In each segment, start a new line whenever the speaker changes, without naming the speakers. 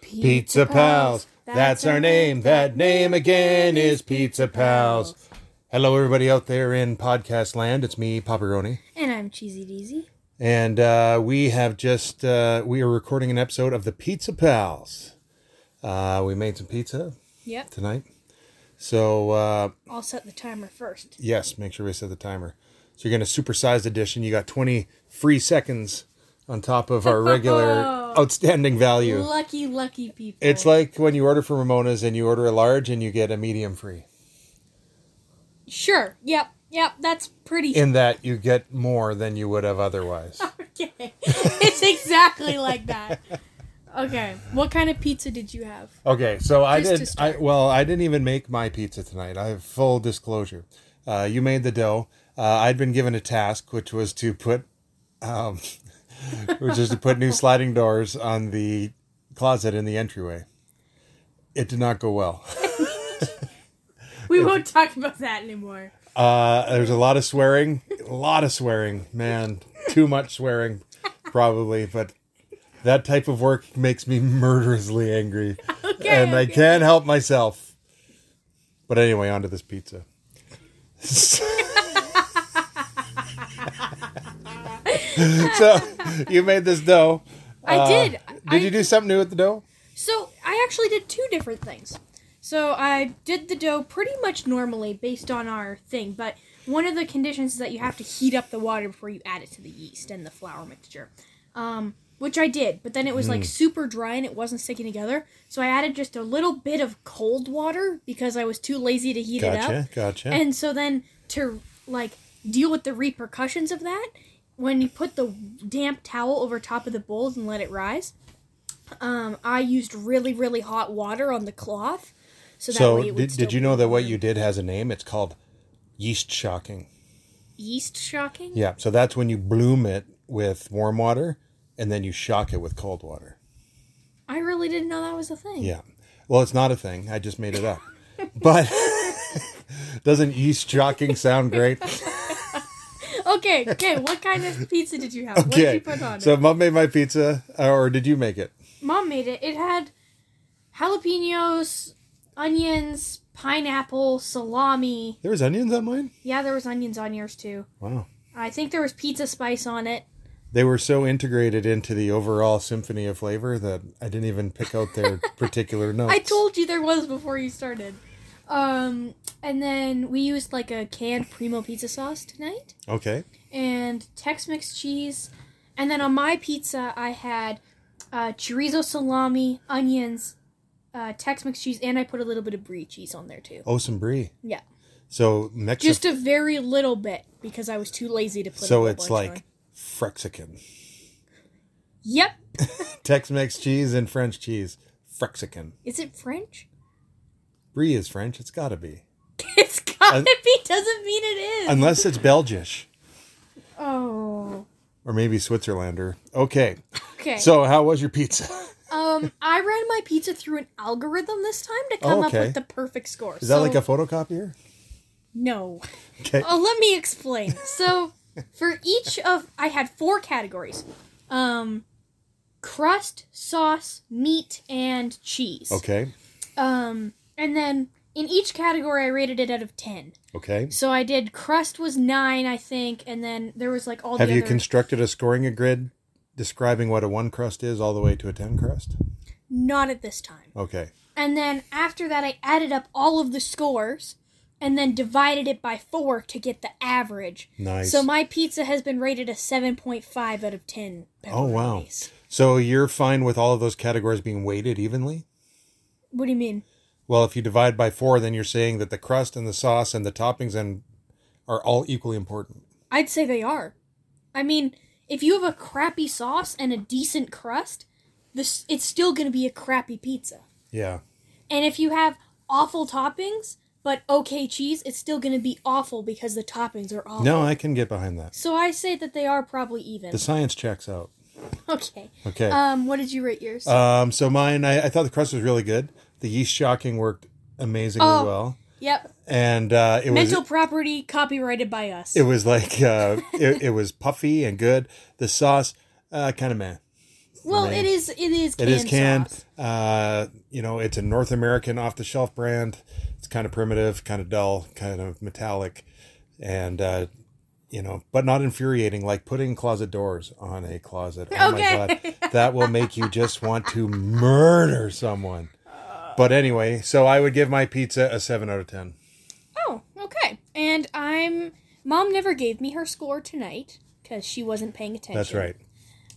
Pizza Pals. That's our name. That name again is Pizza Pals. Hello, everybody out there in podcast land. It's me, Paparoni.
And I'm Cheesy Deezy.
And uh, we have just, uh, we are recording an episode of the Pizza Pals. Uh, we made some pizza
Yep.
tonight. So, uh,
I'll set the timer first.
yes, make sure we set the timer. So, you're going to supersized edition. You got 20 free seconds on top of our regular outstanding value.
Lucky, lucky people.
It's like when you order from Ramona's and you order a large and you get a medium free.
sure. Yep. Yep. That's pretty.
In that you get more than you would have otherwise.
okay. it's exactly like that. Okay. What kind of pizza did you have?
Okay, so I
Just to
did. I,
start.
well, I didn't even make my pizza tonight. I have full disclosure. Uh, you made the dough. Uh, I'd been given a task, which was to put, um, which is to put new sliding doors on the closet in the entryway. It did not go well.
We won't talk about that anymore.
Uh, there's a lot of swearing, a lot of swearing, man, too much swearing, probably. But that type of work makes me murderously angry,
Okay.
and I
okay.
can't help myself. But anyway, onto this pizza. so you made this dough.
I did. I-
Uh, Did you do something new with the dough?
So I actually did two different things. So I did the dough pretty much normally based on our thing, but one of the conditions is that you have to heat up the water before you add it to the yeast and the flour mixture. Um, which I did, but then it was like
Hmm.
super dry and it wasn't sticking together. So I added just a little bit of cold water because I was too lazy to heat it up.
Gotcha, gotcha.
And so then to like deal with the repercussions of that, when you put the damp towel over top of the bowl and let it rise, um, I used really really hot water on the cloth. So that
so
way it would
did,
still
did you
be
know that what you did has a name? It's called yeast shocking.
yeast shocking?
Yeah, so that's when you bloom it with warm water and then you shock it with cold water.
I really didn't know that was a thing.
Yeah. Well, it's not a thing. I just made it up. but doesn't yeast shocking sound great?
Okay, okay. what kind of pizza did you have? What did
Okay.
you put on
So
it?
mom made my pizza uh, or did you make it?
Mom made it. It had jalapenos, onions, pineapple, salami.
There was onions on mine?
Yeah, there was onions on yours too.
Wow.
I think there was pizza spice on it.
They were so integrated into the overall symphony of flavor that I didn't even pick out their particular notes.
I told you there was before you started. Um, and then we used like a canned Primo pizza sauce tonight
Okay.
and Tex Mex cheese. And then on my pizza, I had uh, chorizo salami, onions, uh, Tex Mex cheese, and I put a little bit of brie cheese on there too.
Oh, some brie.
Yeah.
So Mexican
Just a very little bit because I was too lazy to put a
So
whole
it's
bunch
like
on.
Frexican.
Yep.
Tex-Mex cheese and French cheese. Frexican.
Is it French?
Brie is French. It's got to be,
It's gotta
Un-
be. Doesn't mean it is.
unless it's Belgish
oh.
or maybe Switzerlander. Okay.
Okay.
So how was your pizza?
Um, I ran my pizza through an algorithm this time to come
Oh, okay.
up with the perfect score.
Is that like a photocopier?
no?
Okay.
Oh, let me explain. So, for each of I had four categories: um, crust, sauce, meat, and cheese.
Okay.
Um, and then in each category, I rated it out of ten.
Okay.
So I did crust was nine, I think, and then there was like all
Have
the
you
other.
constructed a scoring grid describing what a 1 crust is all the way to a 10 crust?
not at this time.
Okay.
And then after that, I added up all of the scores and then divided it by four to get the average.
Nice.
So my pizza has been rated a 7.5 out of 10.
Oh, wow.
pepperonis.
So you're fine with all of those categories being weighted evenly?
What do you mean?
Well, if you divide by 4, then you're saying that the crust and the sauce and the toppings and are all equally important.
I'd say they are. I mean, if you have a crappy sauce and a decent crust, this it's still going to be a crappy pizza.
Yeah.
And if you have awful toppings but okay cheese, it's still going to be awful because the toppings are awful.
No, I can get behind that.
So I say that they are probably even.
The science checks out.
Okay.
Okay.
Um, what did you rate yours?
Um, so mine, I, I thought the crust was really good. The yeast shocking worked amazingly
Oh.
well,
yep.
and uh, it
Mental
was
property copyrighted by us.
it was like uh, it, it was puffy and good. The sauce, uh, kind of man.
Well,
remains.
it is. It is.
It is canned.
sauce.
Uh, you know, it's a North American off the shelf brand. It's kind of primitive, kind of dull, kind of metallic, and uh, you know, but not infuriating like putting closet doors on a closet. Oh my
Okay.
god, that will make you just want to murder someone. But anyway, so I would give my pizza a seven out of ten.
Oh, okay. And I'm. Mom never gave me her score tonight because she wasn't paying attention.
That's right.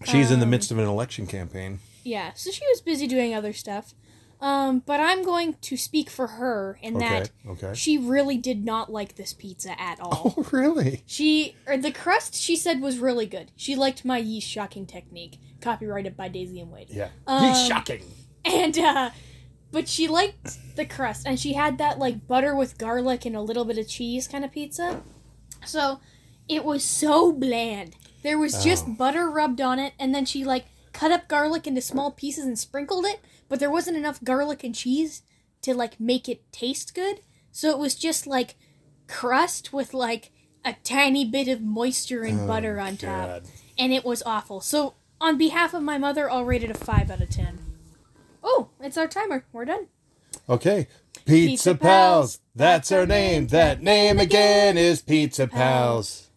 She's
Um,
in the midst of an election campaign.
Yeah, so she was busy doing other stuff. Um, but I'm going to speak for her in
Okay.
that
Okay.
she really did not like this pizza at all.
Oh, really?
She or the crust she said was really good. She liked my yeast shocking technique, copyrighted by Daisy and Wade.
Yeah.
Um,
shocking.
And uh but she liked the crust and she had that like butter with garlic and a little bit of cheese kind of pizza. So it was so bland. There was just
Oh.
butter rubbed on it and then she like cut up garlic into small pieces and sprinkled it, but there wasn't enough garlic and cheese to like make it taste good. So it was just like crust with like a tiny bit of moisture and butter on top.
Oh, God.
And it was awful. So on behalf of my mother, I'll rate it a five out of ten. Oh, it's our timer. We're done.
Okay. Pizza,
Pizza
Pals.
Pals.
That's our name. That name again is Pizza Pals.